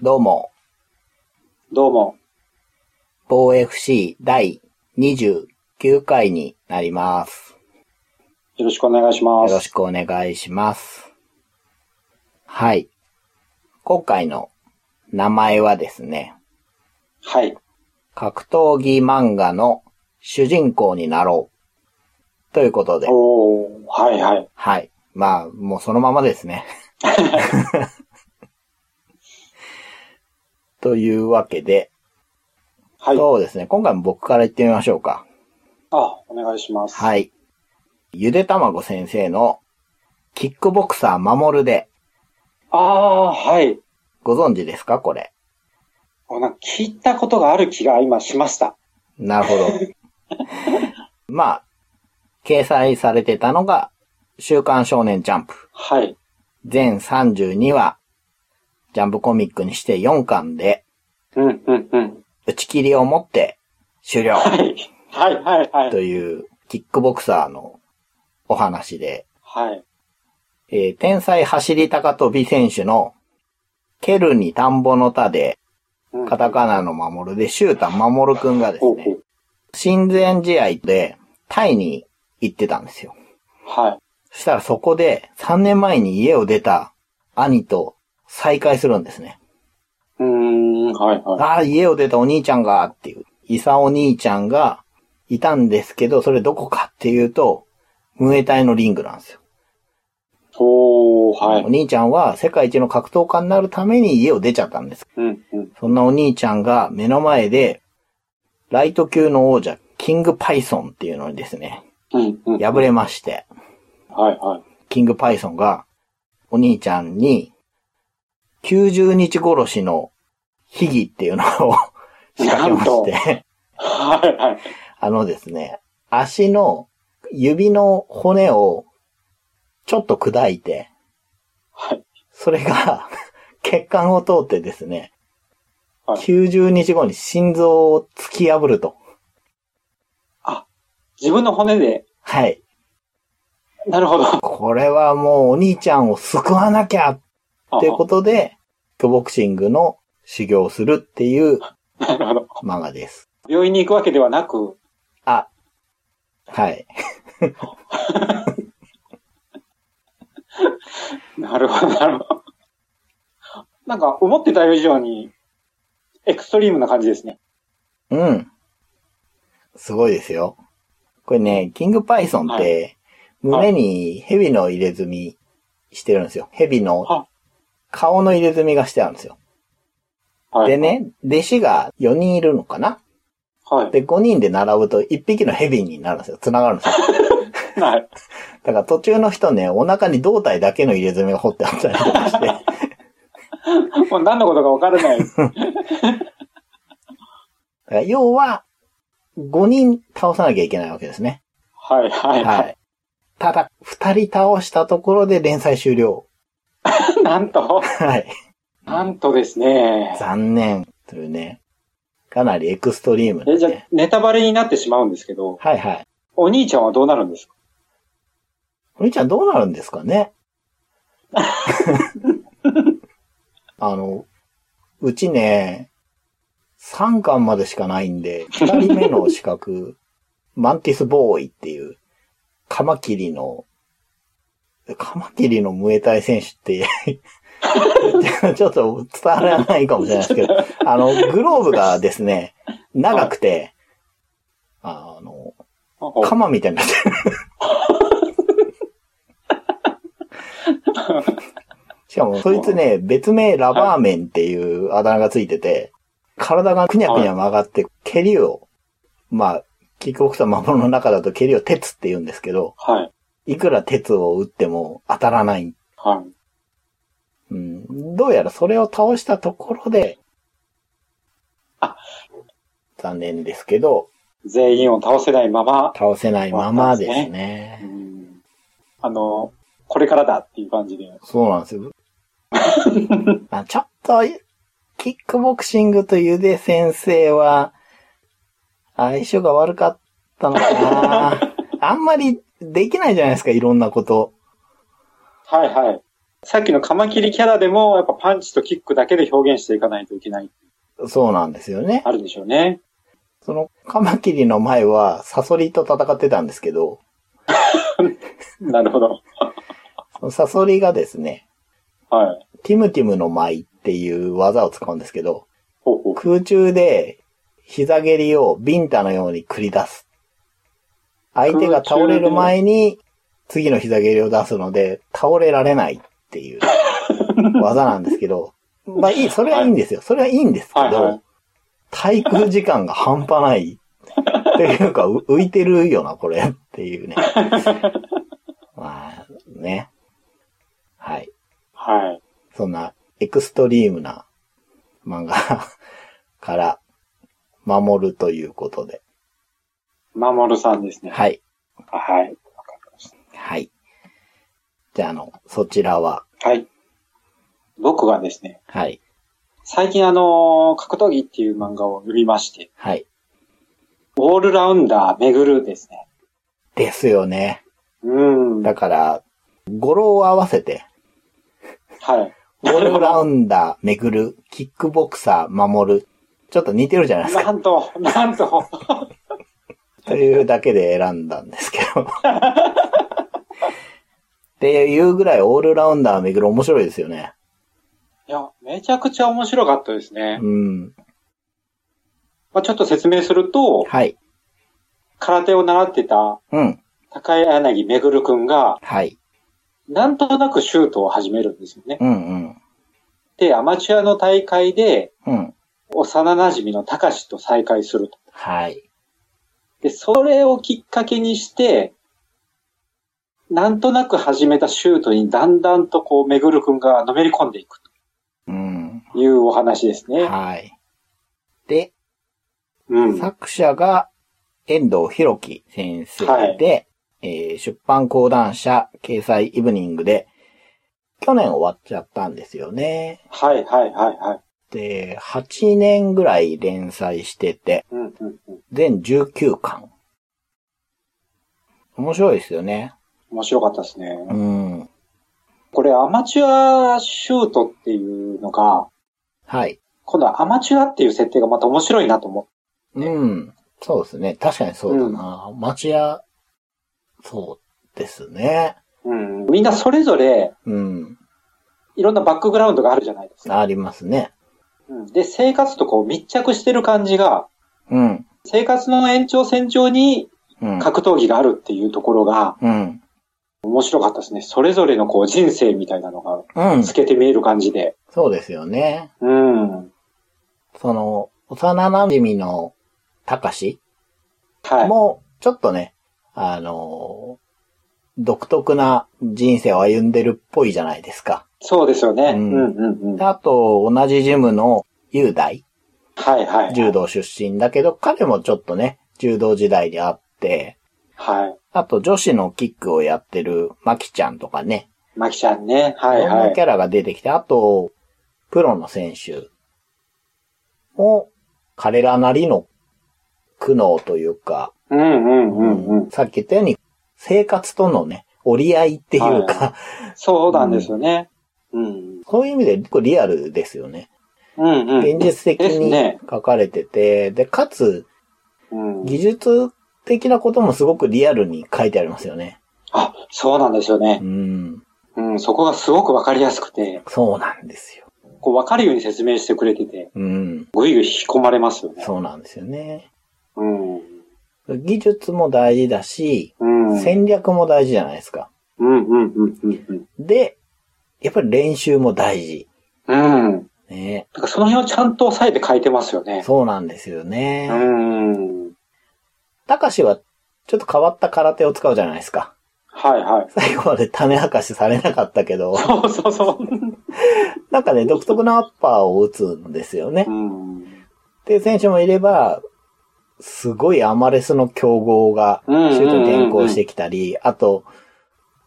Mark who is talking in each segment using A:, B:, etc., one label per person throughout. A: どうも、
B: どうも。
A: 防 FC 第29回になります。
B: よろしくお願いし
A: よ
B: ます。
A: ろしくお願いします。はい。今回の名前はですね、
B: はい。
A: 格闘技漫画の主人公になろう。ということで、
B: おー、はいはい。
A: はい。まあ、もうそのままです ね。 というわけで、
B: はい。
A: そうですね。今回も僕から言ってみましょうか。
B: あ、お願いします。い。
A: はい。ゆでたまご先生のキックボクサー守るで、
B: あー、はい。
A: ご存知ですかこれ。
B: おなんか聞いたことがある気が今しました。
A: なるほど。まあ、掲載されてたのが、週刊少年ジャンプ。
B: はい。
A: 全32話、ジャンプコミックにして4巻で、
B: うん、うん、うん。
A: 打ち切りを持って終 了
B: はい。はい、はい、は
A: と
B: い。
A: いう、キックボクサーのお話で、
B: はい。
A: えー天才走り高跳び選手の、蹴るに田んぼの田で、
B: うん
A: カタカナの守るで、シュータ守くんがです
B: ほうほ
A: ね、
B: う
A: 親善試合でタイに行ってたんですよ。
B: はい。
A: そしたらそこで3年前に家を出た兄と再会するんですね。
B: うーん、はい、は
A: ああ、家を出たお兄ちゃんが、っていう。イサお兄ちゃんがいたんですけど、それどこかっていうと、ムエタイのリングなんですよ。
B: い。おー、は
A: お
B: い。
A: 兄ちゃんは世界一の格闘家になるために家を出ちゃったんです。
B: うん、うん。
A: そんなお兄ちゃんが目の前で、ライト級の王者、キングパイソンっていうのにですね、
B: うん、うん。
A: 敗れまして、
B: はい、はい。
A: キングパイソンが、お兄ちゃんに、90日殺しの秘技っていうのを 仕掛けまして、
B: はい、はい。
A: あのですね、足の指の骨をちょっと砕いて、
B: はい。
A: それが 血管を通ってですね、
B: はい
A: 90日後に心臓を突き破ると。
B: あ、自分の骨で、
A: はい。
B: なるほど。
A: これはもうお兄ちゃんを救わなきゃっていうことで、キックボクシングの修行をするっていう
B: あ なるほど。
A: 漫画です。
B: 病院に行くわけではなく、
A: あ、はい。
B: なるほど、なるほど。なんか、思ってた以上に、エクストリームな感じですね。
A: うん。すごいですよ。これね、キングパイソンっ
B: は
A: て、胸に蛇の入れ墨してるんですよ。蛇の
B: は
A: 顔の入れ墨がしてあるんですよ。
B: はい。
A: で。ね、弟子が4人いるのかな
B: はい。
A: で、5人で並ぶと1匹の蛇になるんですよ。繋がるんですよ。
B: はい。
A: だから途中の人ね、お腹に胴体だけの入れ墨が掘ってあったりとかして、
B: もう何のことか分からない。
A: だから要は、5人倒さなきゃいけないわけですね。
B: はい、はい、
A: は。
B: はい
A: ただ、2人倒したところで連載終了。
B: い。なんと、
A: はい。
B: なんとですね。
A: 残念。というね。かなりエクストリーム
B: え、
A: で、
B: じゃあ
A: ね。
B: ネタバレになってしまうんですけど、
A: はいはい。
B: お兄ちゃんはどうなるんですか
A: お兄ちゃんどうなるんですかねあの、うちね、3巻までしかないんで、2人目の資格、マンティスボーイっていう、カマキリの、カマキリのムエタイ選手って、ちょっと伝わらないかもしれないですけど、あの、グローブがですね、長くて、あの、
B: あ
A: 鎌みたいにな ってる。しかも、そいつね、別名ラバーメンっていうあだ名がついてて、体がくにゃくにゃ曲がって、蹴りを、まあ、キックボクサー守の中だと蹴りを鉄って言うんですけど、
B: はい。
A: いくら鉄を打っても当たらない。
B: はい。
A: うん、どうやらそれを倒したところで、
B: あ
A: 残念ですけど、
B: 全員を倒せないまま、
A: 倒せないままです
B: そうなんです
A: ね
B: う。んあの、これからだっていう感じで。
A: そうなんですよ。 あちょっと、キックボクシングとゆで先生は、相性が悪かったのかな。あんまりできないじゃないですか、いろんなこと。
B: はい、はい。さっきのカマキリキャラでも、やっぱパンチとキックだけで表現していかないといけない、
A: そうなんですよね。
B: あるんでしょうね。
A: その、カマキリの前は、サソリと戦ってたんですけど、
B: なるほど。
A: そのサソリがですね、
B: はい。
A: ティムティムの舞っていう技を使うんですけど、
B: ほうほう。
A: 空中で膝蹴りをビンタのように繰り出す。相手が倒れる前に次の膝蹴りを出すので倒れられないって いう技なんですけど、まあいい、それはいいんですよ。それはいいんですけ
B: はいは
A: ど
B: い、。
A: 滞空時間が半端 ない。っていうか、う浮いてるよな、これ。っていう ね。まあ、ね。はい。
B: はい。
A: そんなエクストリームな漫画 から守るということで。
B: 守るさんですね。はい。
A: はい。
B: はい。わかりまし
A: はい。じゃあ、あの、そちらは、
B: た。はい。僕がですね、
A: はい。
B: 最近あのー格闘技っていう漫画を読みまして、
A: はい。
B: オールラウンダー巡るですね。
A: ですよね。
B: うん。は
A: だ
B: い。
A: から、語呂を合わせて、オールラウンダー、巡る、キックボクサー、守る。ちょっと似てるじゃないです
B: な
A: か。
B: んと、 なんと。
A: というだけで選んだんですけど。っていうぐらいオールラウンダー巡る面白いですよね。
B: いや、めちゃくちゃ面白かったですね。
A: うん。
B: まあ、ちょっと説明すると、
A: はい。
B: 空手を習ってた
A: うん。
B: 高柳めぐるくんが、
A: はい。
B: なんとなくシュートを始めるんですよね。
A: うんうん。
B: で、アマチュアの大会で、
A: うん。
B: 幼馴染の高しと再会すると。
A: はい。
B: で、それをきっかけにして、なんとなく始めたシュートにだんだんとこう、めぐるくんがのめり込んでいく
A: うん。
B: というお話ですね。
A: はい。で、
B: うん。は
A: 作者が遠藤博樹先生で、えー出版講談社掲載イブニングで、去年終わっちゃったんですよね。
B: いはいはいはい。
A: で、8年ぐらい連載してて、
B: うんうんうん。
A: 全19巻。面白いですよね。
B: 面白かったですね。
A: うん。
B: これアマチュアシュートっていうのが、
A: はい。
B: 今度はアマチュアっていう設定がまた面白いなと思って。
A: うん。そうですね。確かにそうだな。町屋、そうですね。
B: うん。みんなそれぞれ、
A: うん。
B: いろんなバックグラウンドがあるじゃないですか。
A: ありますね。
B: うん、で、生活とこう密着してる感じが、
A: うん。
B: 生活の延長線上に
A: うん。
B: 格闘技があるっていうところが
A: うん。
B: 面白かったですね。それぞれのこう人生みたいなのが
A: うん
B: 透。けて見える感じで。
A: そうですよね。
B: うん。はい。
A: その、幼馴染のたかしも、ちょっとね、あのー独特な人生を歩んでるっぽいじゃないですか。
B: そうですよね。
A: う
B: うんん、うん、うん。
A: で
B: は
A: あと、同じジムの雄大、
B: いはい。
A: 柔。道出身だけど、彼もちょっとね、柔道時代にあって、
B: はい。
A: あと女子のキックをやってるまきちゃんとかね、
B: マキちゃんね。はいい
A: ろん
B: は
A: なキ
B: い。
A: ャラが出てきて、あと、プロの選手も、彼らなりの苦悩というか、
B: うんうんうんうん。
A: さっき言ったように、生活とのね、折り合いっていうか、
B: はそうなんですよね。うん。
A: そういう意味で結構リアルですよね。
B: うんう
A: 現
B: ん。
A: 実的
B: です
A: に
B: ね
A: 書かれてて、で、かつ、
B: うん、
A: 技術的なこともすごくリアルに書いてありますよね。
B: あ、そうなんですよね
A: う。ん。
B: うん、そこがすごくわかりやすくて、
A: そうなんですよ。
B: こうわかるように説明してくれてて、
A: うん。
B: ぐいぐい引き込まれますよね。
A: そうなんですよね。
B: うん。
A: 技術も大事だし、
B: うん。うん、
A: 戦略も大事じゃないですか。
B: うん、うん、うん、
A: で、やっぱり練習も大事。
B: うん。うん。
A: ね。
B: だからその辺をちゃんと押さえて書いてますよね。
A: そうなんですよ
B: う
A: ね。
B: ん。
A: たかしは、ちょっと変わった空手を使うじゃないですか。
B: はい、はい。
A: 最後まで種明かしされなかったけど、
B: そうそうそう。
A: なんかね、独特なアッパーを打つんですよね
B: う。ん。
A: っていう選手もいれば、すごいアマレスの強豪が、シ
B: うんうんうんうん
A: ュートに転向してきたり、あと、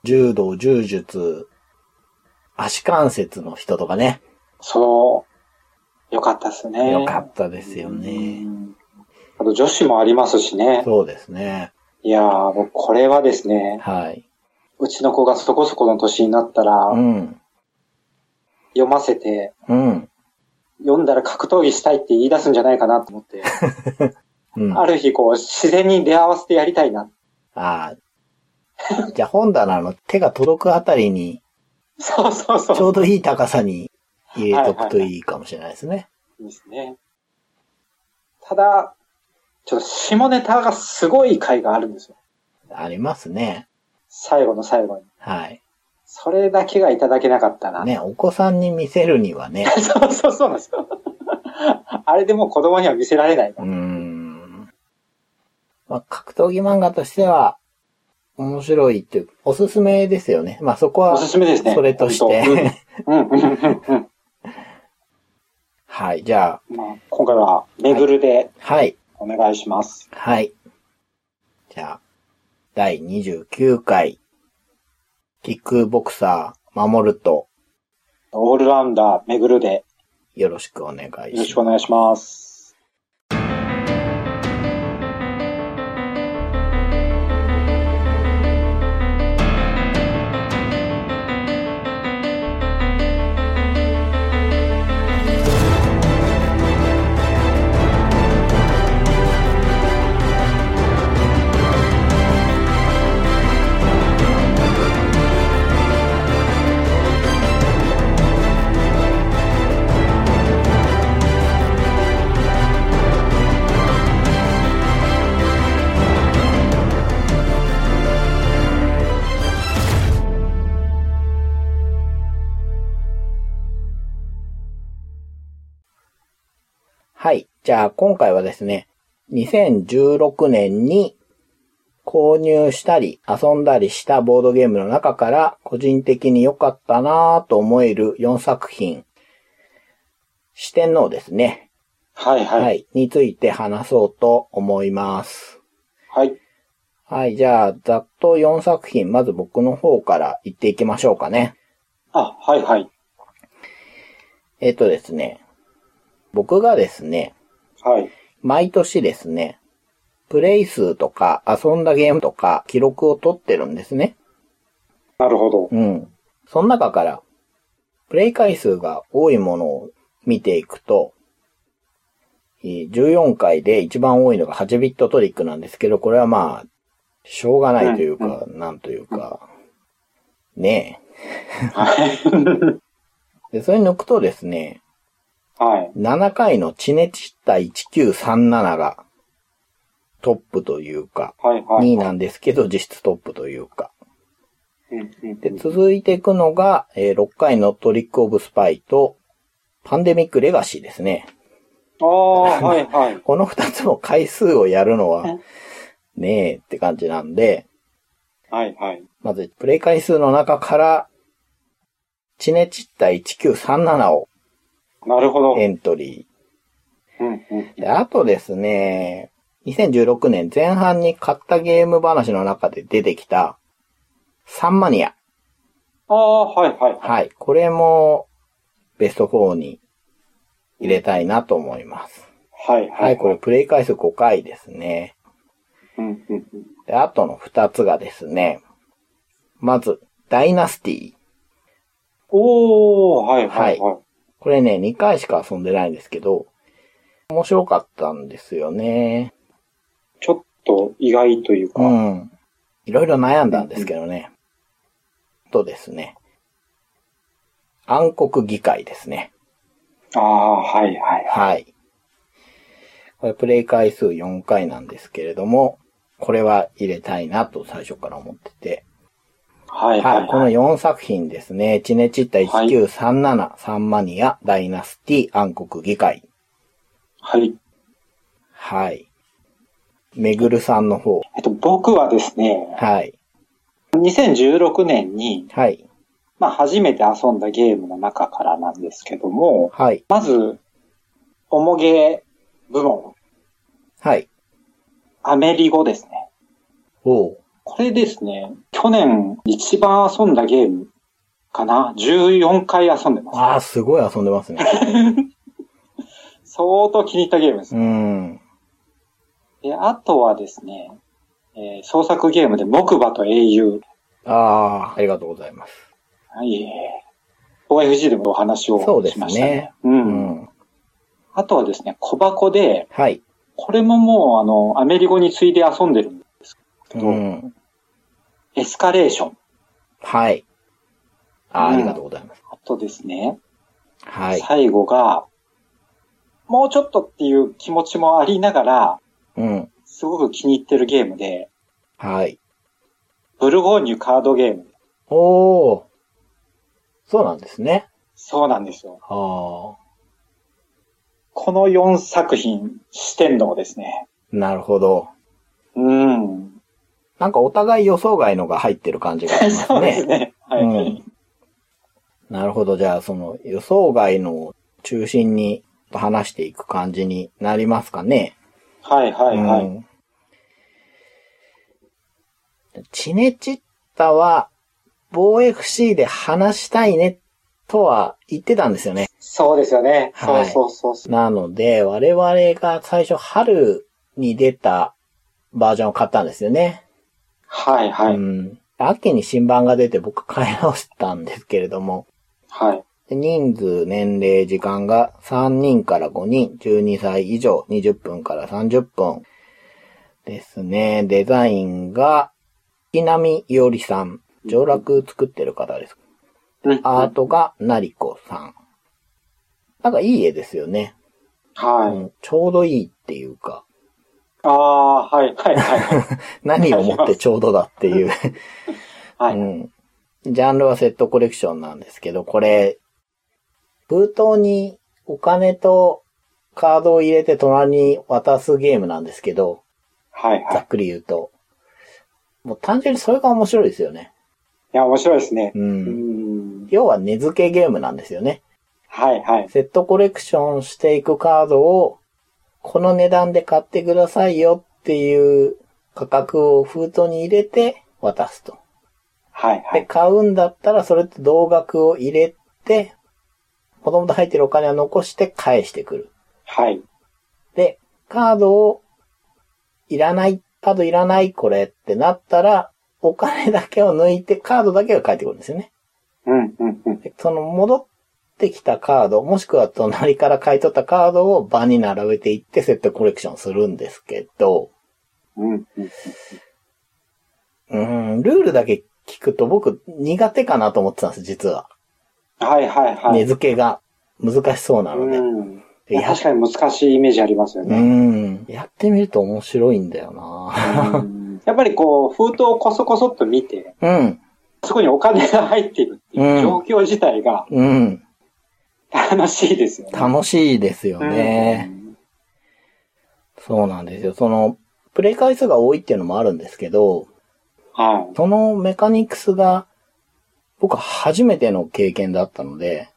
A: 柔道、柔術、足関節の人とかね、
B: そう。よかったっすね。
A: よか
B: た
A: ったですよね。。
B: あと女子もありますしね。
A: そうですね。
B: いやー、もうこれはですね、
A: はい。
B: うちの子がそこそこの年になったら、
A: うん。
B: 読ませて、
A: うん。
B: 読んだら格闘技したいって言い出すんじゃないかなと思 って、
A: うん。
B: ある日こう、自然に出会わせてやりたいな。
A: ああ。じゃあ本棚の手が届くあたりに、
B: そうそう
A: ち
B: そ
A: ょ
B: う。
A: うどいい高さに入れとくといいかもしれないですね。
B: ですね。ただ、ちょっと下ネタがすごい回があるんですよ。
A: ありますね。
B: 最後の最後に。
A: はい。
B: それだけがいただけなかったな。
A: ね、お子さんに見せるにはね、
B: そうそうそうなんですよ。あれでもう子供には見せられない。
A: うーん。まあ、格闘技漫画としては、面白いっていう、おすすめですよね。まあ、そこ
B: お
A: は
B: す、すめですね。
A: それとして。
B: 本当。うん、うん、うんうん、
A: はい、じゃ
B: うん。まあ、今回は、めぐるで
A: あ、はい、
B: お願いします。
A: はい。じゃあ、第29回、キックボクサー、守ると、
B: オールラウンダー、めぐるで、
A: よろしくお願い
B: よろし
A: しま
B: くお願いします。
A: す。はい、じゃあ、今回はですね、2016年に購入したり遊んだりしたボードゲームの中から個人的に良かったなぁと思える4作品、四天王ですね。
B: はい、はい、
A: は
B: はい。
A: い。について話そうと思います。
B: はい、
A: はい。じゃあ、ざっと4作品、まず僕の方から言っていきましょうかね。
B: あ、はい、はい。
A: えっとですね。僕がですね、
B: はい。
A: 毎年ですね、プレイ数とか遊んだゲームとか記録を取ってるんですね。
B: なるほど。
A: うん。その中から、プレイ回数が多いものを見ていくと、えー14回で一番多いのが8ビットトリックなんですけど、これはまあ、しょうがないというか、なんというか、ね
B: はい。
A: え。で、それ抜くとですね、
B: はい。
A: 7回のチネチッタ1937がトップというか、
B: はい、はい。
A: 2位なんですけど、実質トップというか。
B: うんうん
A: で、続いていくのが、え6回のトリックオブスパイと、パンデミックレガシーですね。
B: ああ、はい、はい。
A: この2つも回数をやるのは
B: え、
A: ねえって感じなんで、
B: はい、はい。
A: まず、プレイ回数の中から、チネチッタ1937を
B: なるほど。
A: エントリー
B: うん、うん。
A: で、あとですね、2016年前半に買ったゲーム話の中で出てきた、サンマニア。
B: ああ、はい、はい。
A: はい。これも、ベスト4に入れたいなと思います。
B: はい、
A: はい、これ。プレイ回数5回ですね。
B: うん、うん、うん。
A: で、あとの2つがですね、まず、ダイナスティ。
B: おー、はい、はい、はい。
A: これね、2回しか遊んでないんですけど、面白かったんですよね。
B: ちょっと意外というか、
A: うん。いろいろ悩んだんですけどね。とですね。暗黒議会ですね。
B: ああ、はいはいはい。
A: はい。これプレイ回数4回なんですけれども、これは入れたいなと最初から思ってて。
B: はいは
A: はいい。こ
B: は
A: の
B: い。
A: 4作品ですね。チネチッタ1937、サンマニア、ダイナスティ、暗黒議会。
B: はい。
A: はい。めぐるさんの方。
B: えっと、僕はですね、
A: はい。
B: 2016年に、
A: はい。
B: まあ、初めて遊んだゲームの中からなんですけども、
A: はい。
B: まず、おもげ部門、
A: はい。
B: アメリゴですね。
A: おう。
B: これですね、去年一番遊んだゲームかな ?14 回遊んでます。
A: ああ、すごい遊んでます ね。
B: 相当気に入ったゲームです。
A: うん。
B: で、あとはですね、えー創作ゲームで木馬と英雄。
A: ああ、ありがとうございます。
B: はい。 OFG でもお話を
A: そうです
B: しましたね。
A: ね
B: う。
A: うんん。
B: あとはですね、小箱で、
A: はい。
B: これももう、あの、アメリゴに次いで遊んでるんですけど、
A: うん。
B: エスカレーション。
A: はい。あ
B: うん
A: ありがとうございます。
B: あとですね、
A: はい。
B: 最後が、もうちょっとっていう気持ちもありながら、
A: うん。
B: すごく気に入ってるゲームで、
A: はい。
B: ブルゴーニュカードゲーム。
A: おー。そうなんですね。
B: そうなんですよ。
A: ああ。
B: この4作品してんのをですね。
A: なるほど。
B: うん。
A: なんかお互い予想外のが入ってる感じがしますね。
B: そうですね。はい。
A: うんなるほど。じゃあ、その予想外のを中心に話していく感じになりますかね。
B: はいはいはい。
A: うんチネチッタは、防 FC で話したいねとは言ってたんですよね。
B: そうですよね。
A: はい
B: そうそうそうそう。
A: なので、我々が最初春に出たバージョンを買ったんですよね。
B: はいはい。
A: うん。秋に新版が出て僕買い直したんですけれども、
B: はい。
A: で人数、年齢、時間が3人から5人、12歳以上、20分から30分ですね。デザインが、木並いおりさん。上落作ってる方です。
B: うん
A: アートが、なりこさん。なんかいい絵ですよね、
B: はい。
A: うんちょうどいいっていうか、
B: ああー、はいはいはい。
A: 何をもってちょうどだっていう。。
B: はいう
A: ん。ジャンルはセットコレクションなんですけど、これ、封筒にお金とカードを入れて隣に渡すゲームなんですけど、
B: はいは
A: ざ
B: い。
A: っくり言うと。もう単純にそれが面白いですよね。
B: いや、面白いですね。
A: う。
B: うんん。
A: 要は根付けゲームなんですよね。
B: はいはい。
A: セットコレクションしていくカードを、この値段で買ってくださいよっていう価格を封筒に入れて渡すと。
B: はいは
A: で、
B: い。
A: 買うんだったら、それと同額を入れて、もともと入ってるお金は残して返してくる。
B: はい。
A: で、カードを、いらない、カードいらない、これってなったら、お金だけを抜いて、カードだけが返ってくるんですよね。
B: うんうんうん。
A: でその戻ってきたカード、もしくは隣から買い取ったカードを場に並べていってセットコレクションするんですけど、
B: うんうん。
A: うーん、ルールだけ聞くと僕苦手かなと思ってたんです、実は。
B: はいはいはい。
A: 根付けが難しそうなので。
B: うん。い
A: で
B: や
A: や
B: 確かに難しいイメージありますよ
A: う
B: ね。
A: ん。やってみると面白いんだよな。
B: うん やっぱりこう、封筒をこそこそっと見て、
A: うん。
B: そこにお金が入っているっていう状
A: う
B: 況自体が
A: うん。
B: 楽しいですよね。
A: 楽しいですよね。そうなんですよ。その、プレイ回数が多いっていうのもあるんですけど、
B: うん。はい。
A: そのメカニクスが、僕は初めての経験だったので、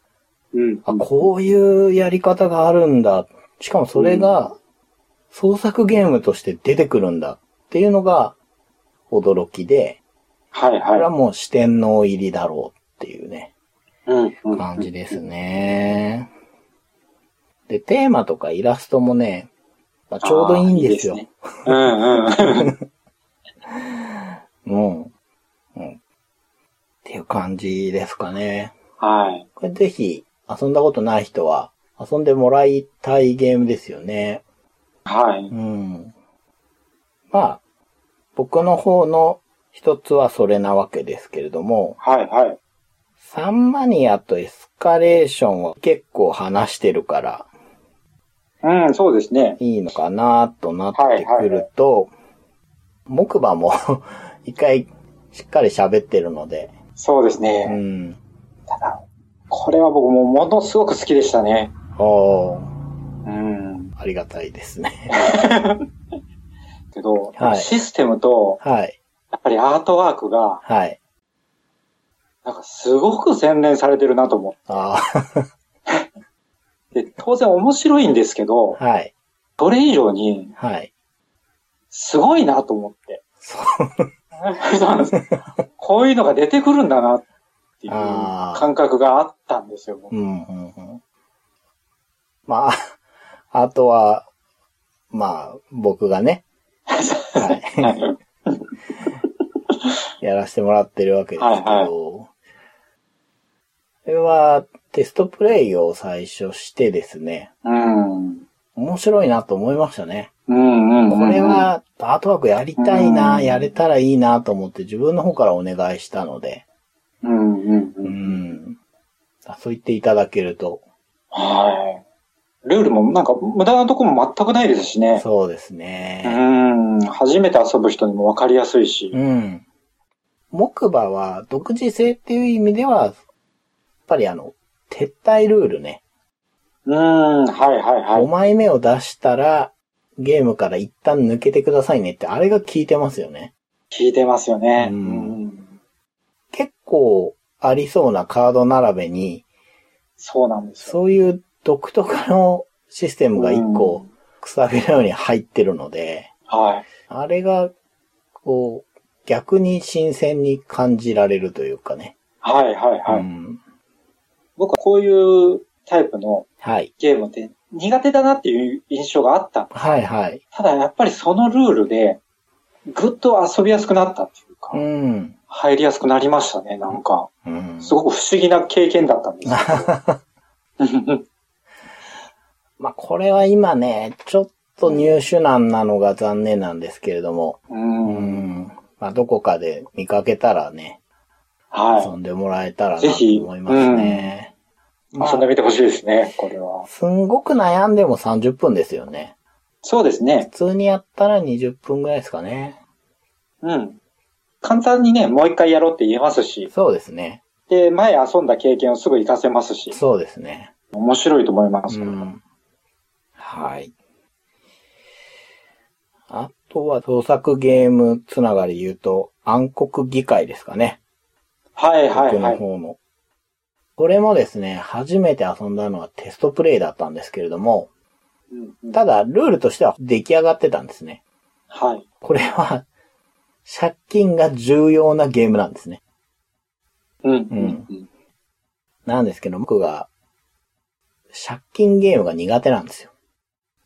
B: うん。
A: あ、こういうやり方があるんだ。しかもそれが、創作ゲームとして出てくるんだっていうのが、驚きで、
B: はい
A: これは
B: は
A: もう四天王入りだろうっていうね。
B: い。うんうん。
A: 感じですね。で、テーマとかイラストもね、まあちょうどいいんですよ。
B: あーいいですねう んうん。
A: うん。うん。っていう感じですかね。
B: はい。
A: これぜひ遊んだことない人は遊んでもらいたいゲームですよね。
B: はい。
A: うん。まあ、僕の方の一つはそれなわけですけれども、
B: はいはい。
A: サンマニアとエスカレーションは結構話してるから、
B: うん、そうですね。
A: いいのかなとなってくると、木馬も 一回しっかり喋ってるので、
B: そうですね。
A: うん。
B: ただ、これは僕もものすごく好きでしたね。
A: おー
B: うん。
A: ありがたいですね。
B: けど、
A: はい
B: システムと、
A: はい。
B: やっぱりアートワークが、
A: はい。
B: なんかすごく洗練されてるなと思
A: あ
B: って、当然面白いんですけど、
A: ーはい。
B: それ以上に、
A: はい。
B: すごいなと思って。そうなんです。こういうのが出てくるんだなっていう
A: あー
B: 感覚があったんですよ。
A: うん、うん、うん。まあ、あ とは、まあ、僕がね、はやらせてもらってるわけですけど、
B: はい
A: れはテストプレイを最初してですね、
B: うん。うん
A: 面白いなと思いましたね。
B: うんうん。
A: これ、はアートワークやりたいな、
B: うん
A: やれたらいいなと思って自分の方からお願いしたので、
B: うんうんう。
A: うんん。あそう言っていただけると、
B: はい。ルールもなんか無駄なとこも全くないですしね。
A: そうです
B: う
A: ね。
B: ん。初めて遊ぶ人にもわかりやすいし。
A: うん。木馬は独自性っていう意味では、やっぱりあの、撤退ルールね。
B: うん。はいはいは
A: 5
B: い。
A: 枚目を出したら、ゲームから一旦抜けてくださいねって、あれが効いてますよね。
B: 聞いてますよね。
A: う
B: うんん。
A: 結構ありそうなカード並べに、
B: そうなんですよ。
A: そういう独特のシステムが一個、くさびのように入ってるので、
B: はい。
A: あれが、こう、逆に新鮮に感じられるというかね。
B: はいはいはい。
A: うん
B: 僕はこういうタイプの
A: はい。
B: ゲームって苦手だなっていう印象があった。
A: はいはい。
B: ただやっぱりそのルールで、ぐっと遊びやすくなったっていうか、
A: うん。
B: 入りやすくなりましたね、なんか。
A: うん
B: すごく不思議な経験だったんですけど。
A: まあ、これは今ね、ちょっと入手難なのが残念なんですけれども、
B: う。
A: うんん。まあ、どこかで見かけたらね、遊
B: は
A: んでもらえたらなと
B: ぜひ
A: 思いますね。
B: い。
A: まあ
B: 遊んでみてほしいですね、これは。
A: すんごく悩んでも30分ですよね。
B: そうですね。
A: 普通にやったら20分ぐらいですかね。
B: うん。簡単にね、もう一回やろうって言えますし、
A: そうですね。
B: で、前遊んだ経験をすぐ活かせますし、
A: そうですね。
B: 面白いと思います。
A: うん。はい。あとは創作ゲームつながりで言うと、暗黒議会ですかね。
B: はいはい
A: 僕
B: は
A: の
B: い。
A: 方の。これもですね、初めて遊んだのはテストプレイだったんですけれども、
B: うんうん
A: ただルールとしては出来上がってたんですね。
B: はい。
A: これは、借金が重要なゲームなんですね。
B: うんうんうん。
A: なんですけど、僕が、借金ゲームが苦手なんですよ。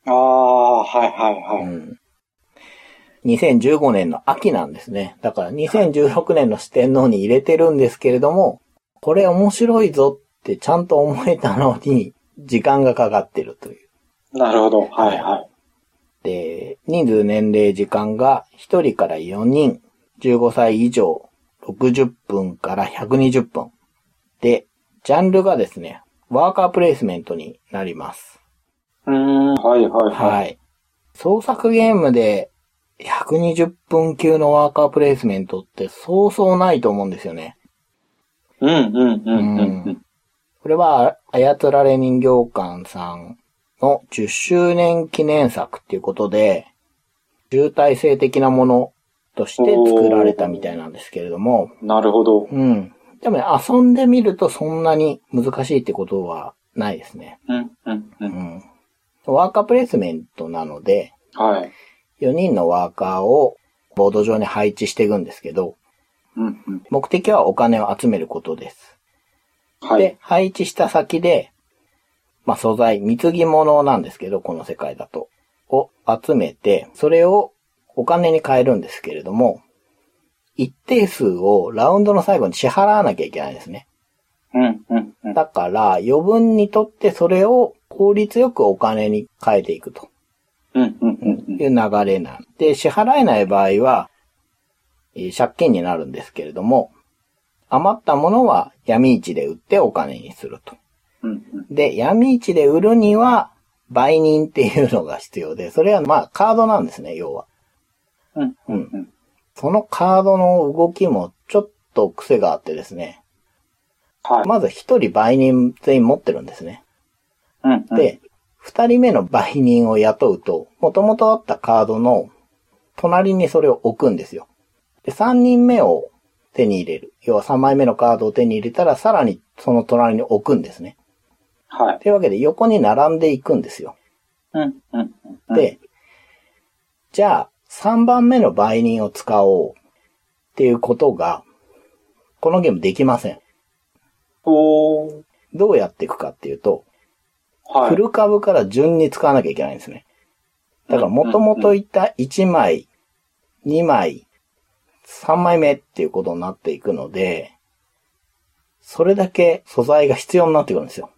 B: ああ、はいは
A: う
B: いはい。
A: ん。2015年の秋なんですね。だから2016年の四天王に入れてるんですけれども、これ面白いぞってちゃんと思えたのに、時間がかかってるという。
B: なるほど。はいはい。
A: で、人数、年齢、時間が1人から4人、15歳以上、60分から120分。で、ジャンルがですね、ワーカープレイスメントになります。
B: うーん。はいはいはい。
A: はい。創作ゲームで120分級のワーカープレイスメントってそうそうないと思うんですよね。
B: うんうんうんうんうん。
A: これは、あやつられ人形館さんの10周年記念作っていうことで、集大成的なものとして作られたみたいなんですけれども、
B: なるほど。
A: うん。でもね、遊んでみるとそんなに難しいってことはないですね。
B: うんうんう。
A: うんん。ワーカープレイスメントなので、
B: はい。
A: 4人のワーカーをボード上に配置していくんですけど、
B: うんうん。
A: 目的はお金を集めることです。
B: はい
A: で。、配置した先で、まあ、素材、貢ぎ物なんですけど、この世界だと。を集めて、それをお金に変えるんですけれども、一定数をラウンドの最後に支払わなきゃいけないんですね。
B: うんうんうん。
A: だから、余分にとってそれを効率よくお金に変えていくと
B: うんうんうんうん
A: いう流れなんで、支払えない場合は、えー借金になるんですけれども、余ったものは闇市で売ってお金にすると。
B: うんうん。
A: で、闇市で売るには、売人っていうのが必要で、それはまあカードなんですね、要は。
B: うんうんうん。
A: そのカードの動きもちょっと癖があってですね。
B: はい。
A: まず一人売人全員持ってるんですね。
B: うんうん。
A: で、二人目の売人を雇うと、元々あったカードの隣にそれを置くんですよ。で、三人目を手に入れる。要は三枚目のカードを手に入れたら、さらにその隣に置くんですね。
B: はい。
A: というわけで横に並んでいくんですよ。
B: うんうんうん。、
A: で、じゃあ、3番目の売人を使おうっていうことが、このゲームできません。
B: おー。
A: どうやっていくかっていうと、
B: はい。
A: フル株から順に使わなきゃいけないんですね。だから、もともといた1枚、2枚、3枚目っていうことになっていくので、それだけ素材が必要になってくるんですよ。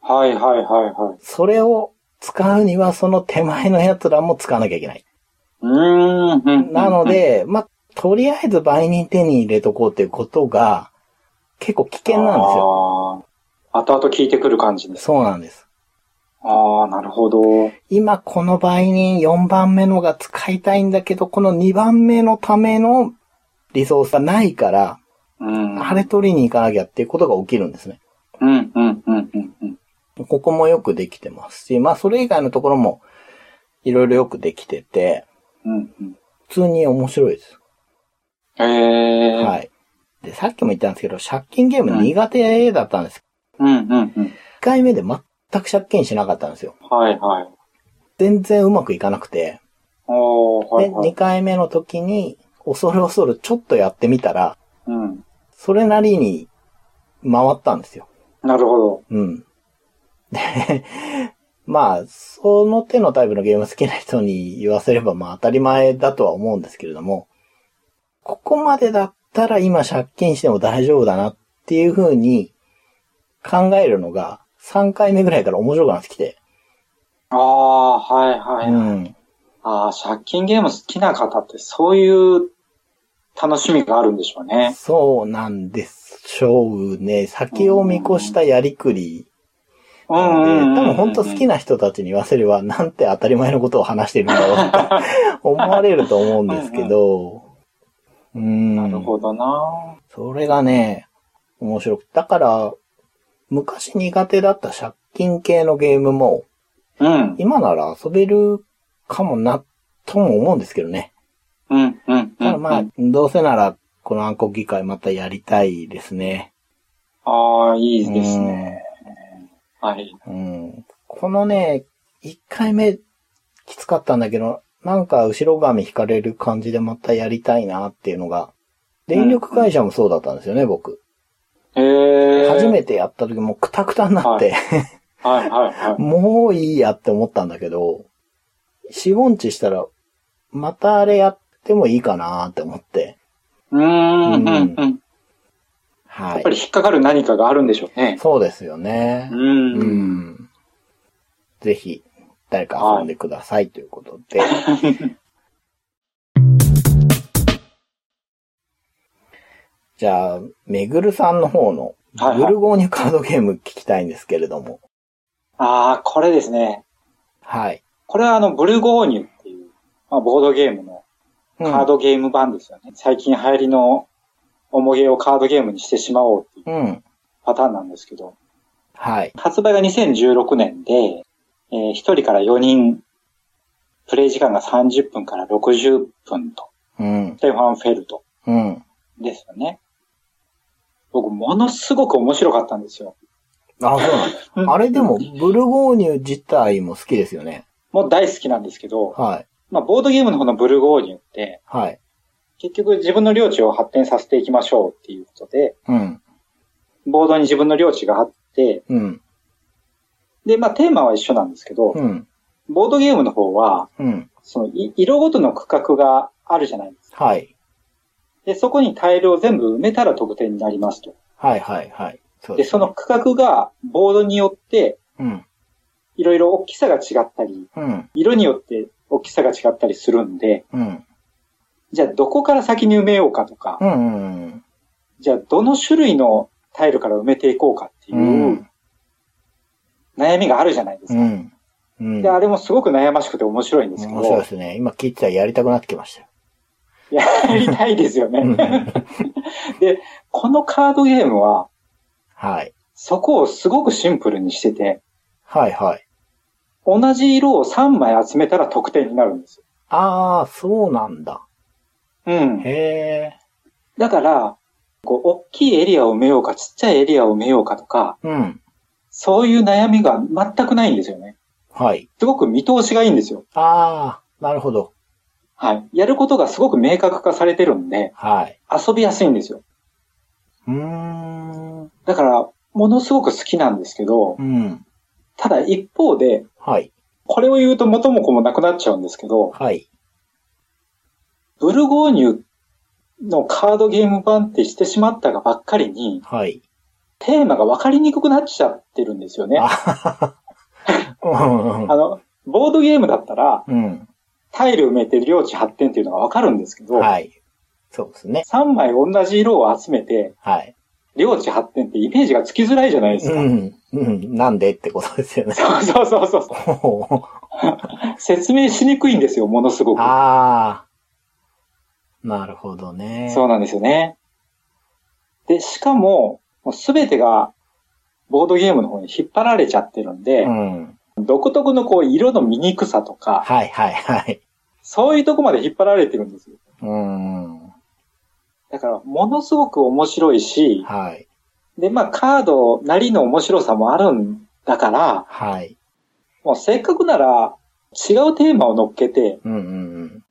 B: はいはいはいはい。
A: それを使うにはその手前のやつらも使わなきゃいけない。
B: うーん。
A: なの、 で、まあ、とりあえず倍に手に入れとこうっていうことが結構危険なんですよ。
B: よ。後々聞いてくる感じです。
A: そうなんです。
B: ああ、なるほど。
A: 今この倍に4番目のが使いたいんだけど、この2番目のためのリソースがないから、
B: うん。
A: あれ取りに行かなきゃっていうことが起きるんですね。
B: うん、うん、うん、うん、うん。
A: ここもよくできてますし、まあそれ以外のところもいろいろよくできてて、
B: うん、うん。
A: 普通に面白いです。
B: ええー。。
A: はいい。で、さっきも言ったんですけど、借金ゲーム苦手だったんです。
B: うん、うん、うん。
A: 1回目で全く借金しなかったんですよ。
B: はい、はい。
A: 全然うまくいかなくて。
B: おー、は
A: で、
B: い、は
A: 2
B: い。
A: 回目の時に、恐る恐るちょっとやってみたら、
B: うん。
A: それなりに回ったんですよ。
B: なるほど。
A: うん。で、 まあ、その手のタイプのゲーム好きな人に言わせれば、まあ当たり前だとは思うんですけれども、ここまでだったら今借金しても大丈夫だなっていう風に考えるのが3回目ぐらいから面白くなってきて、
B: ああ、はい、はい。
A: うん。
B: ああ、借金ゲーム好きな方ってそういう楽しみがあるんでしょうね。
A: そうなんでしょうね。先を見越したやりくり
B: う
A: なんの
B: う
A: で、
B: んうんうん。
A: 多分本当好きな人たちに言わせれば、なんて当たり前のことを話してるんだろうって思われると思うんですけど、うーん。
B: なるほどな。
A: それがね、面白くて。だから、昔苦手だった借金系のゲームも、
B: うん。
A: 今なら遊べるかもな、とも思うんですけどね。
B: うん、うん、う
A: ただ
B: ん。
A: まあ、どうせなら、この暗黒議会またやりたいですね。
B: ああ、い
A: い
B: いですね。。はい。
A: うん。このね、一回目、きつかったんだけど、なんか後ろ髪引かれる感じでまたやりたいなっていうのが、電力会社もそうだったんですよね、僕。
B: ええー。
A: 初めてやった時もうクタクタになって、
B: はい、はい、は い。
A: もういいやって思ったんだけど、四五日したら、またあれやってもいいかなって思って。
B: うーん、うん、うん。
A: は
B: やっ
A: い
B: ぱ。り引っかかる何かがあるんでしょうね。
A: そうですよね
B: う。ん。
A: うん。ぜひ、誰か遊んでくださいということで。 じゃあ、めぐるさんの方の、
B: はいはい
A: ブルゴーニュカードゲーム聞きたいんですけれども。
B: ああ、これですね。
A: はい。
B: これはあの、ブルゴーニュっていう、まあ、ボードゲームのカードゲーム版ですよね。最近流行りの重げをカードゲームにしてしまおうっていう
A: うん。うん。
B: パターンなんですけど、
A: はい。
B: 発売が2016年で、え1人から4人、プレイ時間が30分から60分と、
A: うん
B: ス。テファン・フェルト
A: うん。
B: ですよね。僕、ものすごく面白かったんですよ。
A: あ、そうなんです。あれでも、ブルゴーニュ自体も好きですよね。
B: もう大好きなんですけど、
A: はい。
B: まあ、ボードゲームの方のブルゴーニュって、
A: はい。
B: 結局自分の領地を発展させていきましょうっていうことで、
A: うん。
B: ボードに自分の領地があって、
A: うん。
B: で、まあ、テーマは一緒なんですけど、
A: うん。
B: ボードゲームの方は、
A: うん。
B: その、い色ごとの区画があるじゃないですか。
A: はい。
B: で、そこにタイルを全部埋めたら得点になりますと。
A: はいはいはい。そう
B: で、
A: です。
B: その区画がボードによって、
A: うん。
B: いろいろ大きさが違ったり、
A: うん。
B: 色によって大きさが違ったりするんで、
A: うん。
B: じゃあどこから先に埋めようかとか
A: う、ん。うん。。
B: じゃあどの種類のタイルから埋めていこうかっていううん悩みがあるじゃないです
A: う
B: か。
A: ん。うん。
B: で、あれもすごく悩ましくて面白いんですけ
A: 面白い
B: ど
A: で、すね。今聞いてたらやりたくなってきましたよ。
B: やりたいですよ
A: うん
B: ね。このカードゲームは、
A: はい。
B: そこをすごくシンプルにしてて、
A: はいはい。
B: 同じ色を3枚集めたら得点になるんですよ。
A: ああ、そうなんだ。
B: うん。
A: へえ。
B: だから、こう、大きいエリアを埋めようか、ちっちゃいエリアを埋めようかとか、
A: うん。
B: そういう悩みが全くないんですよね。
A: はい。
B: すごく見通しがいいんですよ。
A: ああ、なるほど。
B: はい。やることがすごく明確化されてるんで、
A: はい。
B: 遊びやすいんですよ。
A: うーん。
B: だから、ものすごく好きなんですけど
A: う、ん。
B: ただ一方で、
A: はい。
B: これを言うと元も子もなくなっちゃうんですけど、
A: はい。
B: ブルゴーニュのカードゲーム版ってしてしまったがばっかりに、
A: はい。
B: テーマが分かりにくくなっちゃってるんですよね。あ
A: あうんうん
B: の、ボードゲームだったら、
A: うん。
B: タイル埋めて領地発展っていうのが分かるんですけど、
A: はい。そうですね。
B: 3枚同じ色を集めて、
A: はい。
B: 領地発展ってイメージがつきづらいじゃないです
A: う
B: か。
A: ん。うん。なんでってことですよね。
B: そうそうそうそうそう。説明しにくいんですよ、ものすごく。
A: ああ。なるほどね。
B: そうなんですよね。で、しかも、すべてが、ボードゲームの方に引っ張られちゃってるんで、
A: うん。
B: 独特のこう、色の醜さとか、
A: はいはいはい。
B: そういうとこまで引っ張られてるんですよ。
A: うん。
B: だから、ものすごく面白いし、
A: はい。
B: で、まあ、カードなりの面白さもあるんだから、
A: はい。
B: もうせっかくなら、違うテーマを乗っけて、
A: うんうん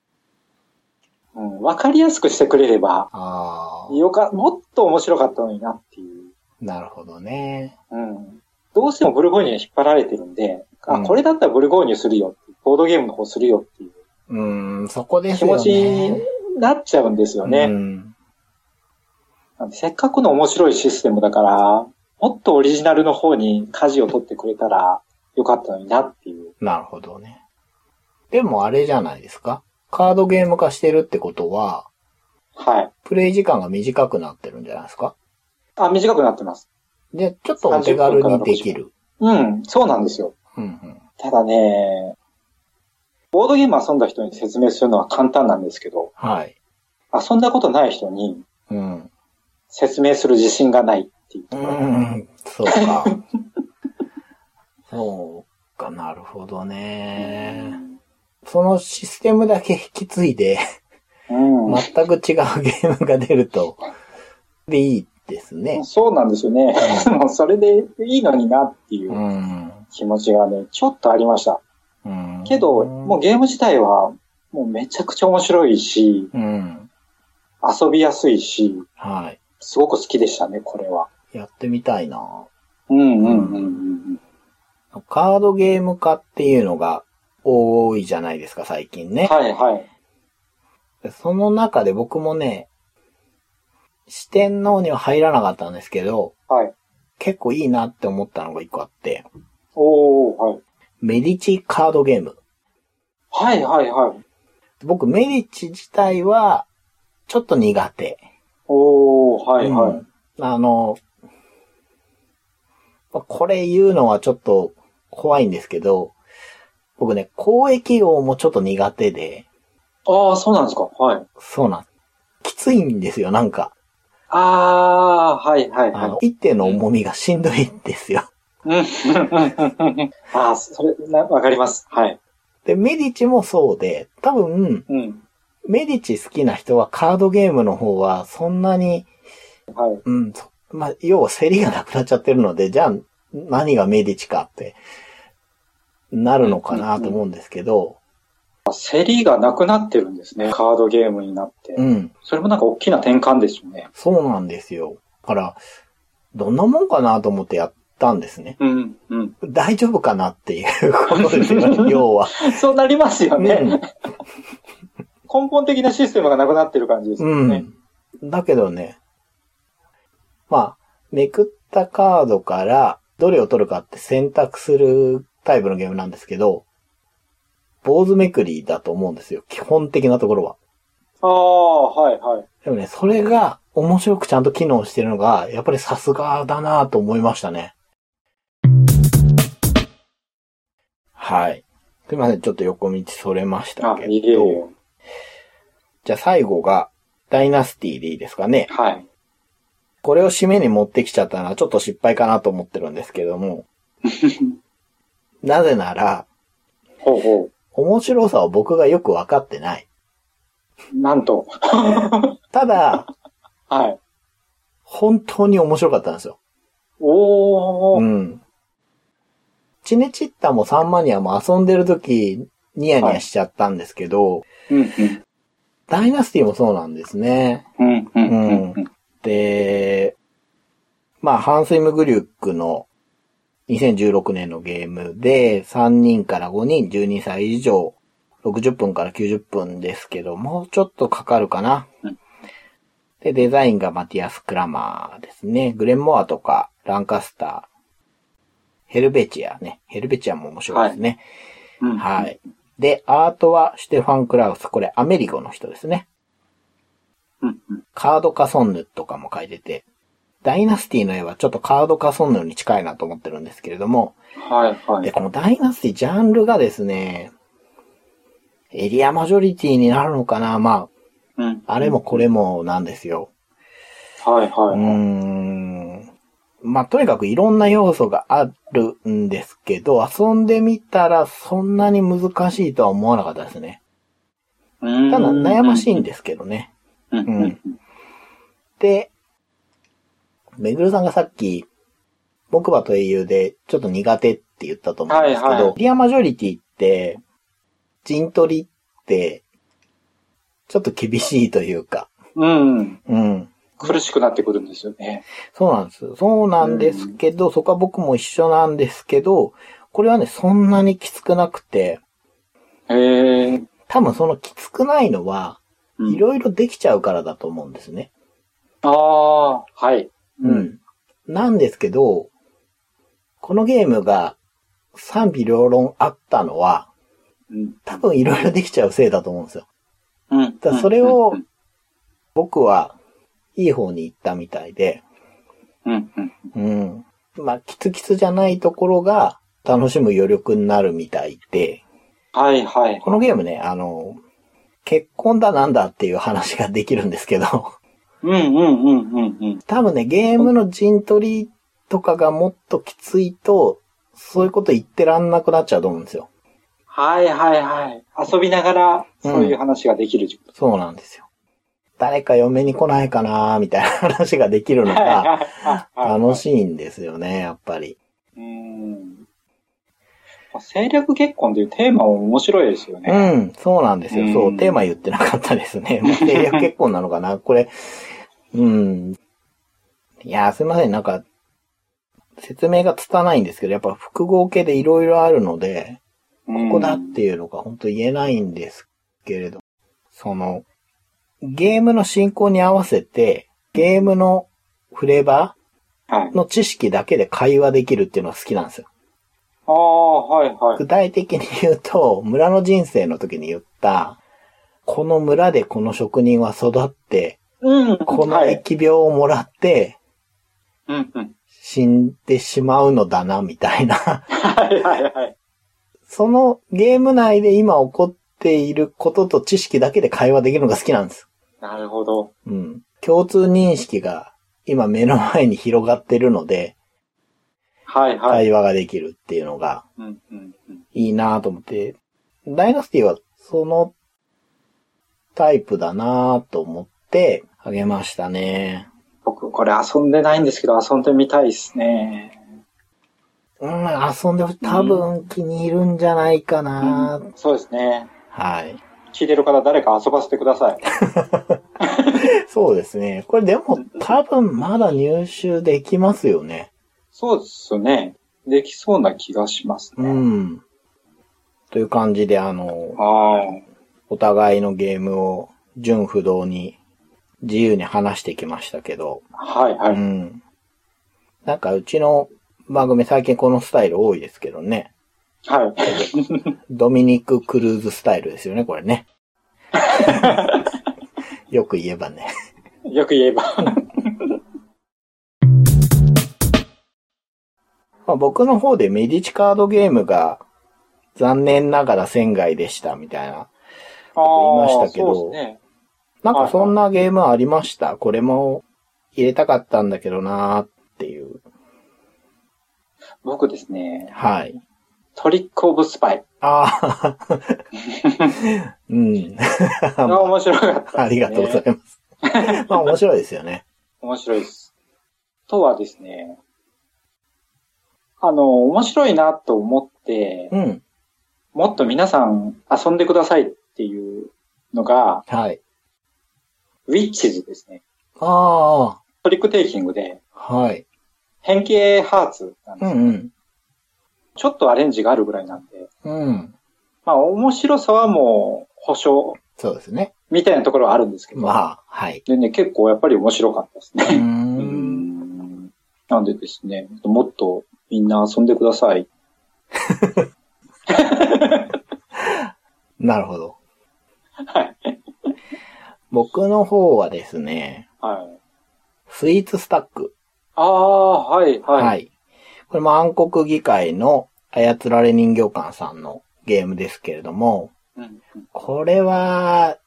A: うん。
B: うん、わかりやすくしてくれれば、
A: ああ。
B: よか、もっと面白かったのになっていう。
A: なるほどね。
B: うん。どうしてもブルゴーニュに引っ張られてるんで、
A: う
B: あ、
A: ん
B: これだったらブルゴーニュするよっていう、ボードゲームの方するよっていう
A: うん。そこです
B: 気
A: よ
B: 持
A: ね。
B: ちになっちゃうんですよね。
A: うん。
B: なんでせっかくの面白いシステムだから、もっとオリジナルの方に舵を取ってくれたらよかったのになっていう。
A: なるほどね。でもあれじゃないですか。カードゲーム化してるってことは、
B: はい。
A: プレイ時間が短くなってるんじゃないですか。
B: あ、短くなってます。
A: で、ちょっとお手軽にできる。
B: うん、そうなんですよ。
A: うんうん。
B: ただね、ボードゲーム遊んだ人に説明するのは簡単なんですけど、
A: はい。
B: 遊んだことない人に
A: うん。
B: 説明する自信がないっていう
A: う
B: ところ。
A: ん、そう か。そうか、なるほどね。そのシステムだけ引き継いで、
B: うん。
A: 全く違うゲームが出ると、でいいですね。。
B: そうなんですよね。 もうそれでいいのになっていううん気持ちがね、ちょっとありました。
A: うん
B: けど、もうゲーム自体は、もうめちゃくちゃ面白いし、
A: うん。
B: 遊びやすいし、
A: はい。
B: すごく好きでしたね、これは。
A: やってみたいな。
B: うんうんうんうん
A: カードゲーム化っていうのが多いじゃないですか、最近
B: うん。
A: ね。
B: はいはい。
A: その中で僕もね、四天王には入らなかったんですけど、
B: はい。
A: 結構いいなって思ったのが一個あって、
B: おー、はい。
A: メディチカードゲーム。
B: はいはいはい。
A: 僕、メディチ自体は、ちょっと苦手。
B: おー、はいはい。
A: うんあの、まこれ言うのはちょっと怖いんですけど、僕ね、交易王もちょっと苦手で、
B: ああ、そうなんですか。はい。
A: そうなん。きついんですよ、なんか。
B: ああー、はいはい
A: あの
B: は、
A: 一定の重みがしんどいんですよ。
B: い。 ああ、それ、なわかります。はい。
A: で、メディチもそうで、多分、
B: うん。
A: メディチ好きな人はカードゲームの方はそんなに
B: はい。
A: うん、そまあ、要は競りがなくなっちゃってるので、じゃあ何がメディチかってなるのかなと思うんですけど、
B: 競りがなくなってるんですね。カードゲームになって
A: う。ん、
B: それもなんか大きな転換ですよね。
A: そうなんですよ。だから、どんなもんかなと思ってやったんですね。
B: うん、うん。
A: 大丈夫かなっていうことですよ ね、要は。
B: そうなりますよね。
A: うん
B: 根本的なシステムがなくなってる感じですよね。
A: うん。だけどね、まあ、めくったカードからどれを取るかって選択するタイプのゲームなんですけど、坊主めくりだと思うんですよ。基本的なところは。
B: ああ、はい、はい。
A: でもね、それが面白くちゃんと機能してるのが、やっぱりさすがだなと思いましたね。はい。すいません、ちょっと横道それました
B: あ、
A: け
B: いえい
A: ど。
B: え。
A: じゃあ最後が、ダイナスティでいいですかね。
B: はい。
A: これを締めに持ってきちゃったのはちょっと失敗かなと思ってるんですけども、なぜなら、
B: ほうほ
A: 面白さを僕がよくわかってない。
B: う。なんと。
A: ただ、
B: はい。
A: 本当に面白かったんですよ。
B: お
A: う
B: ー。
A: ん。チネチッタもサンマニアも遊んでる時、ニヤニヤしちゃったんですけど、
B: うん、うん。
A: ダイナスティもそうなんですね。
B: うん、うん、うんうん。
A: で、まあ、ハンスイム・グリュックの2016年のゲームで、3人から5人、12歳以上、60分から90分ですけど、もうちょっとかかるかな
B: うん。
A: で、デザインがマティアス・クラマーですね。グレンモアとか、ランカスター、ヘルベチアね。ヘルベチアも面白いですね。
B: うん。
A: はい。で、アートはシュテファン・クラウス。これアメリゴの人ですね。
B: うんうん。
A: カードカソンヌとかも書いてて、ダイナスティの絵はちょっとカードカソンヌに近いなと思ってるんですけれども、
B: はい、は
A: で、
B: い。
A: このダイナスティジャンルがですね、エリアマジョリティになるのかなま
B: うん。
A: あ、あれもこれもなんですよ。
B: はい、
A: うー
B: はい。
A: ん。まあ、とにかくいろんな要素があるんですけど、遊んでみたらそんなに難しいとは思わなかったですね。
B: た
A: ただ悩ましいん
B: で。
A: ですけどね。
B: うん
A: うん
B: うんうん。
A: で、めぐるさんがさっき、僕はと英雄でちょっと苦手って言ったと思うんですけど、
B: はいはい
A: エリアマジョリティって、陣取りって、ちょっと厳しいというか、
B: うんうん。
A: うん。
B: 苦しくなってくるんですよね。
A: そうなんです。そうなんですけど、そこは僕も一緒なんですけど、これはね、そんなにきつくなくて、
B: へえ。
A: 多分そのきつくないのは、
B: うん
A: いろいろできちゃうからだと思うんですね。
B: ああ、はい。
A: う。ん。なんですけど、このゲームが賛否両論あったのは、
B: うん。
A: 多分いろいろできちゃうせいだと思うんですよ。
B: うん。
A: だからそれを
B: うん
A: 僕はいい方に行ったみたいで、
B: うんうん。
A: うん。まあ、キツキツじゃないところが楽しむ余力になるみたいで、
B: はい、はい。
A: このゲームね、あの、結婚だなんだっていう話ができるんですけど、
B: うん、うん、うん、うん、うん。
A: 多分ね、ゲームの陣取りとかがもっときついと、そういうこと言ってらんなくなっちゃうと思うんですよ。
B: はい、はい、はい。遊びながら、そういう話ができる。
A: そうなんですよ。誰か嫁に来ないかなーみたいな話ができるの
B: はい、
A: が
B: はい、はい。
A: 楽しいんですよね、やっぱり。
B: うん。まあ政略結婚というテーマも面白いですよ
A: う
B: ね。
A: ん、そうなんですよ。そうう、
B: ん
A: テーマ言ってなかったです ね。もう契約結婚なのかなこれ、うん。いやー、すいません、なんか、説明がつたないんですけど、やっぱ複合系でいろいろあるので、ここだっていうのが本当言えないんですけれど、その、ゲームの進行に合わせて、ゲームのフレーバー
B: はい。
A: の知識だけで会話できるっていうのが好きなんですよ。
B: ああ、はい、はい。
A: 具体的に言うと、村の人生の時に言った、この村でこの職人は育って、
B: うん。
A: この
B: はい。
A: 疫病をもらって
B: うん、うん。
A: 死んでしまうのだな、みたいな。
B: はい、はい、はい。
A: そのゲーム内で今起こっていることと知識だけで会話できるのが好きなんです。
B: なるほど。
A: うん。共通認識が今目の前に広がってるので、
B: はい、はい。
A: 会話ができるっていうのが、
B: うん、うん、うん。
A: いいなと思って、ダイナスティはそのタイプだなと思ってあげましたね。
B: 僕、これ遊んでないんですけど、遊んでみたいですね。
A: うん、遊んでほしい多分気に入るんじゃないかな、
B: そうですね。
A: はい。
B: 聞いてる方、誰か遊ばせてくださ い。
A: そうですね。これでも多分まだ入手できますよね。
B: そうですね。できそうな気がします
A: う
B: ね。
A: ん。という感じで、あの、
B: は
A: お互いのゲームを純不動に自由に話してきましたけど、
B: い。はい、は
A: う
B: い。
A: ん。なんかうちの番組最近このスタイル多いですけどね。
B: はい。
A: ドミニク・クルーズスタイルですよね、これね。よく言えばね。
B: よく言えば。
A: まあ僕の方でメディチカードゲームが残念ながら仙外でしたみたいな。
B: あ
A: 言いま
B: あ
A: したけど
B: そうですね。
A: なんかそんなゲームありました。これも入れたかったんだけどなーっていう。
B: 僕ですね、
A: はい。
B: トリックオブスパイ。
A: ああ。うん。
B: あ面白かったですね、
A: ありがとうござい
B: す。
A: ます。まあ面白いですよね。
B: 面白いです。あとはですね、あの、面白いなと思って、
A: うん。
B: もっと皆さん遊んでくださいっていうのが、
A: はい。
B: ウィッチズですね。
A: あ
B: トリックテイキングで、
A: あ、はい。
B: 変形ハーツなん
A: う
B: です、
A: ん
B: ちょっとアレンジがあるぐらいなんで、
A: うん。うん。
B: まあ面白さはもう保証
A: そうですね。
B: みたいなところはあるんですけど、
A: まあ、はい。
B: でね、結構やっぱり面白かったです
A: うー。
B: ね。うんん。なんでですね、もっとみんな遊んでください。
A: なるほど。
B: はい。
A: 僕の方はですね、
B: はい。
A: スイーツスタック。
B: ああ、はい、
A: はい。
B: はい。
A: これも暗黒議会の操られ人形館さんのゲームですけれども、
B: うん、
A: これは、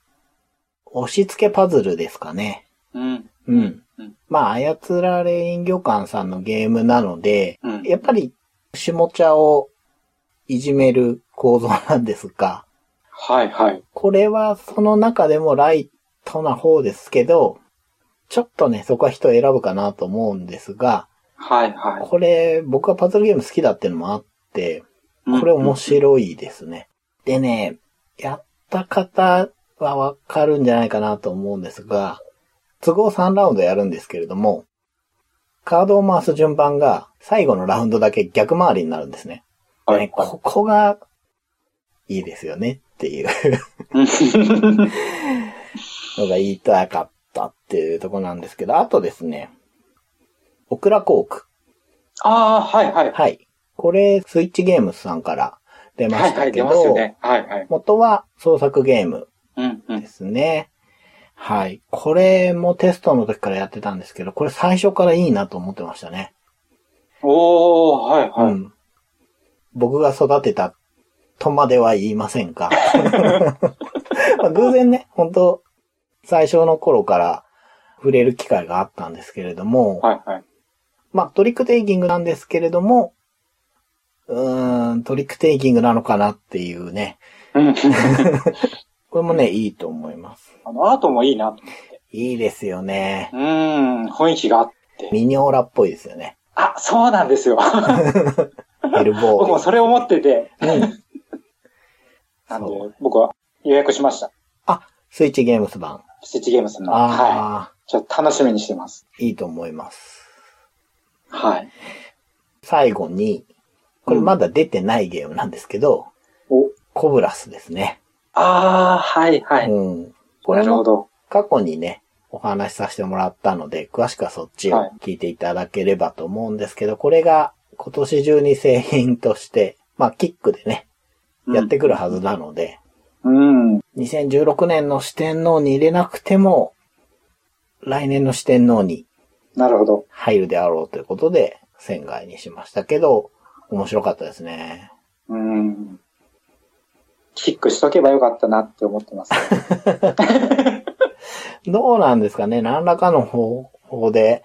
A: 押し付けパズルですかね。
B: うん、
A: うん
B: うん。
A: まあ、操られ人形館さんのゲームなので、
B: うん。
A: やっぱり、下茶をいじめる構造なんですが、
B: はい、はい。
A: これはその中でもライトな方ですけど、ちょっとね、そこは人選ぶかなと思うんですが、
B: はい、はい。
A: これ、僕はパズルゲーム好きだっていうのもあって、
B: うん
A: これ面白いですね。でね、やった方はわかるんじゃないかなと思うんですが、都合3ラウンドやるんですけれども、カードを回す順番が最後のラウンドだけ逆回りになるんですね。で
B: は
A: ね
B: い、はい。
A: ここがいいですよねっていう
B: うん
A: のが言いたかったっていうところなんですけど、あとですね、オクラコーク。
B: ああ、はい、はい。
A: はい。これ、スイッチゲームズさんから出ま
B: はい、
A: し
B: は
A: た
B: い、
A: け
B: 出
A: ど、
B: ますよね。はい、はい。
A: 元は創作ゲーム
B: うん、う
A: で
B: ん。
A: すね。はい。これもテストの時からやってたんですけど、これ最初からいいなと思ってましたね。
B: おー、はい、は
A: う
B: い。
A: ん。僕が育てたとまでは言いません か。まあ偶然ね、本当最初の頃から触れる機会があったんですけれども、
B: はい、はい。
A: まあトリックテイキングなんですけれども、うーん、トリックテイキングなのかなっていうね。
B: うん
A: これもね、いいと思います。
B: あの、アートもいいなと。
A: いいですよね
B: う。ーん、雰囲気があって。
A: ミニオーラっぽいですよね。
B: あ、そうなんですよ。
A: エルボ
B: 僕も
A: ー
B: それを思ってて、
A: イ。うん。
B: なんで
A: そう、
B: 僕は予約しました。
A: スイッチゲームス版。
B: スイッチゲームさんの。は
A: ああ、
B: い。ちょっと楽しみにしてます。
A: いいと思います。
B: はい。
A: 最後に、これまだ出てないゲームなんですけど、
B: お、
A: コブラスですね。
B: ああ、はい、はい。
A: うん。こ
B: な
A: れ
B: るほ
A: も
B: ど。
A: 過去にね、お話しさせてもらったので、詳しくはそっちを聞いていただければと思うんですけど、これが今年中に製品として、まあキックでね、やってくるはずなので、
B: うん。うん。
A: 2016年の四天王に入れなくても、来年の四天王に
B: なるほど。
A: 入るであろうということで、仙外にしましたけど、面白かったですね。
B: うん。キックしとけばよかったなって思っ てます。
A: どうなんですかね何らかの方法で。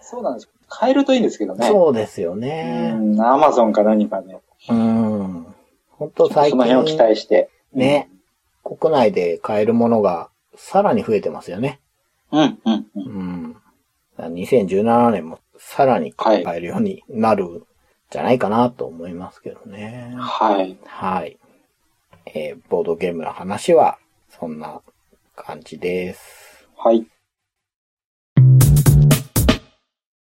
B: そうなんですよ。買えるといいんですけどね。
A: そうですよ
B: う
A: ね。
B: ん。アマゾンか何かで、
A: うん。本当最
B: その辺を期
A: 近、
B: 待して。
A: ね。国内で買えるものがさらに増えてますよね。
B: うん。うん、うん、
A: うん。2017年もさらに買えるようになるんじゃないかなと思いますけどね。
B: はい。
A: はい。えーボードゲームの話は、そんな感じです。
B: はい。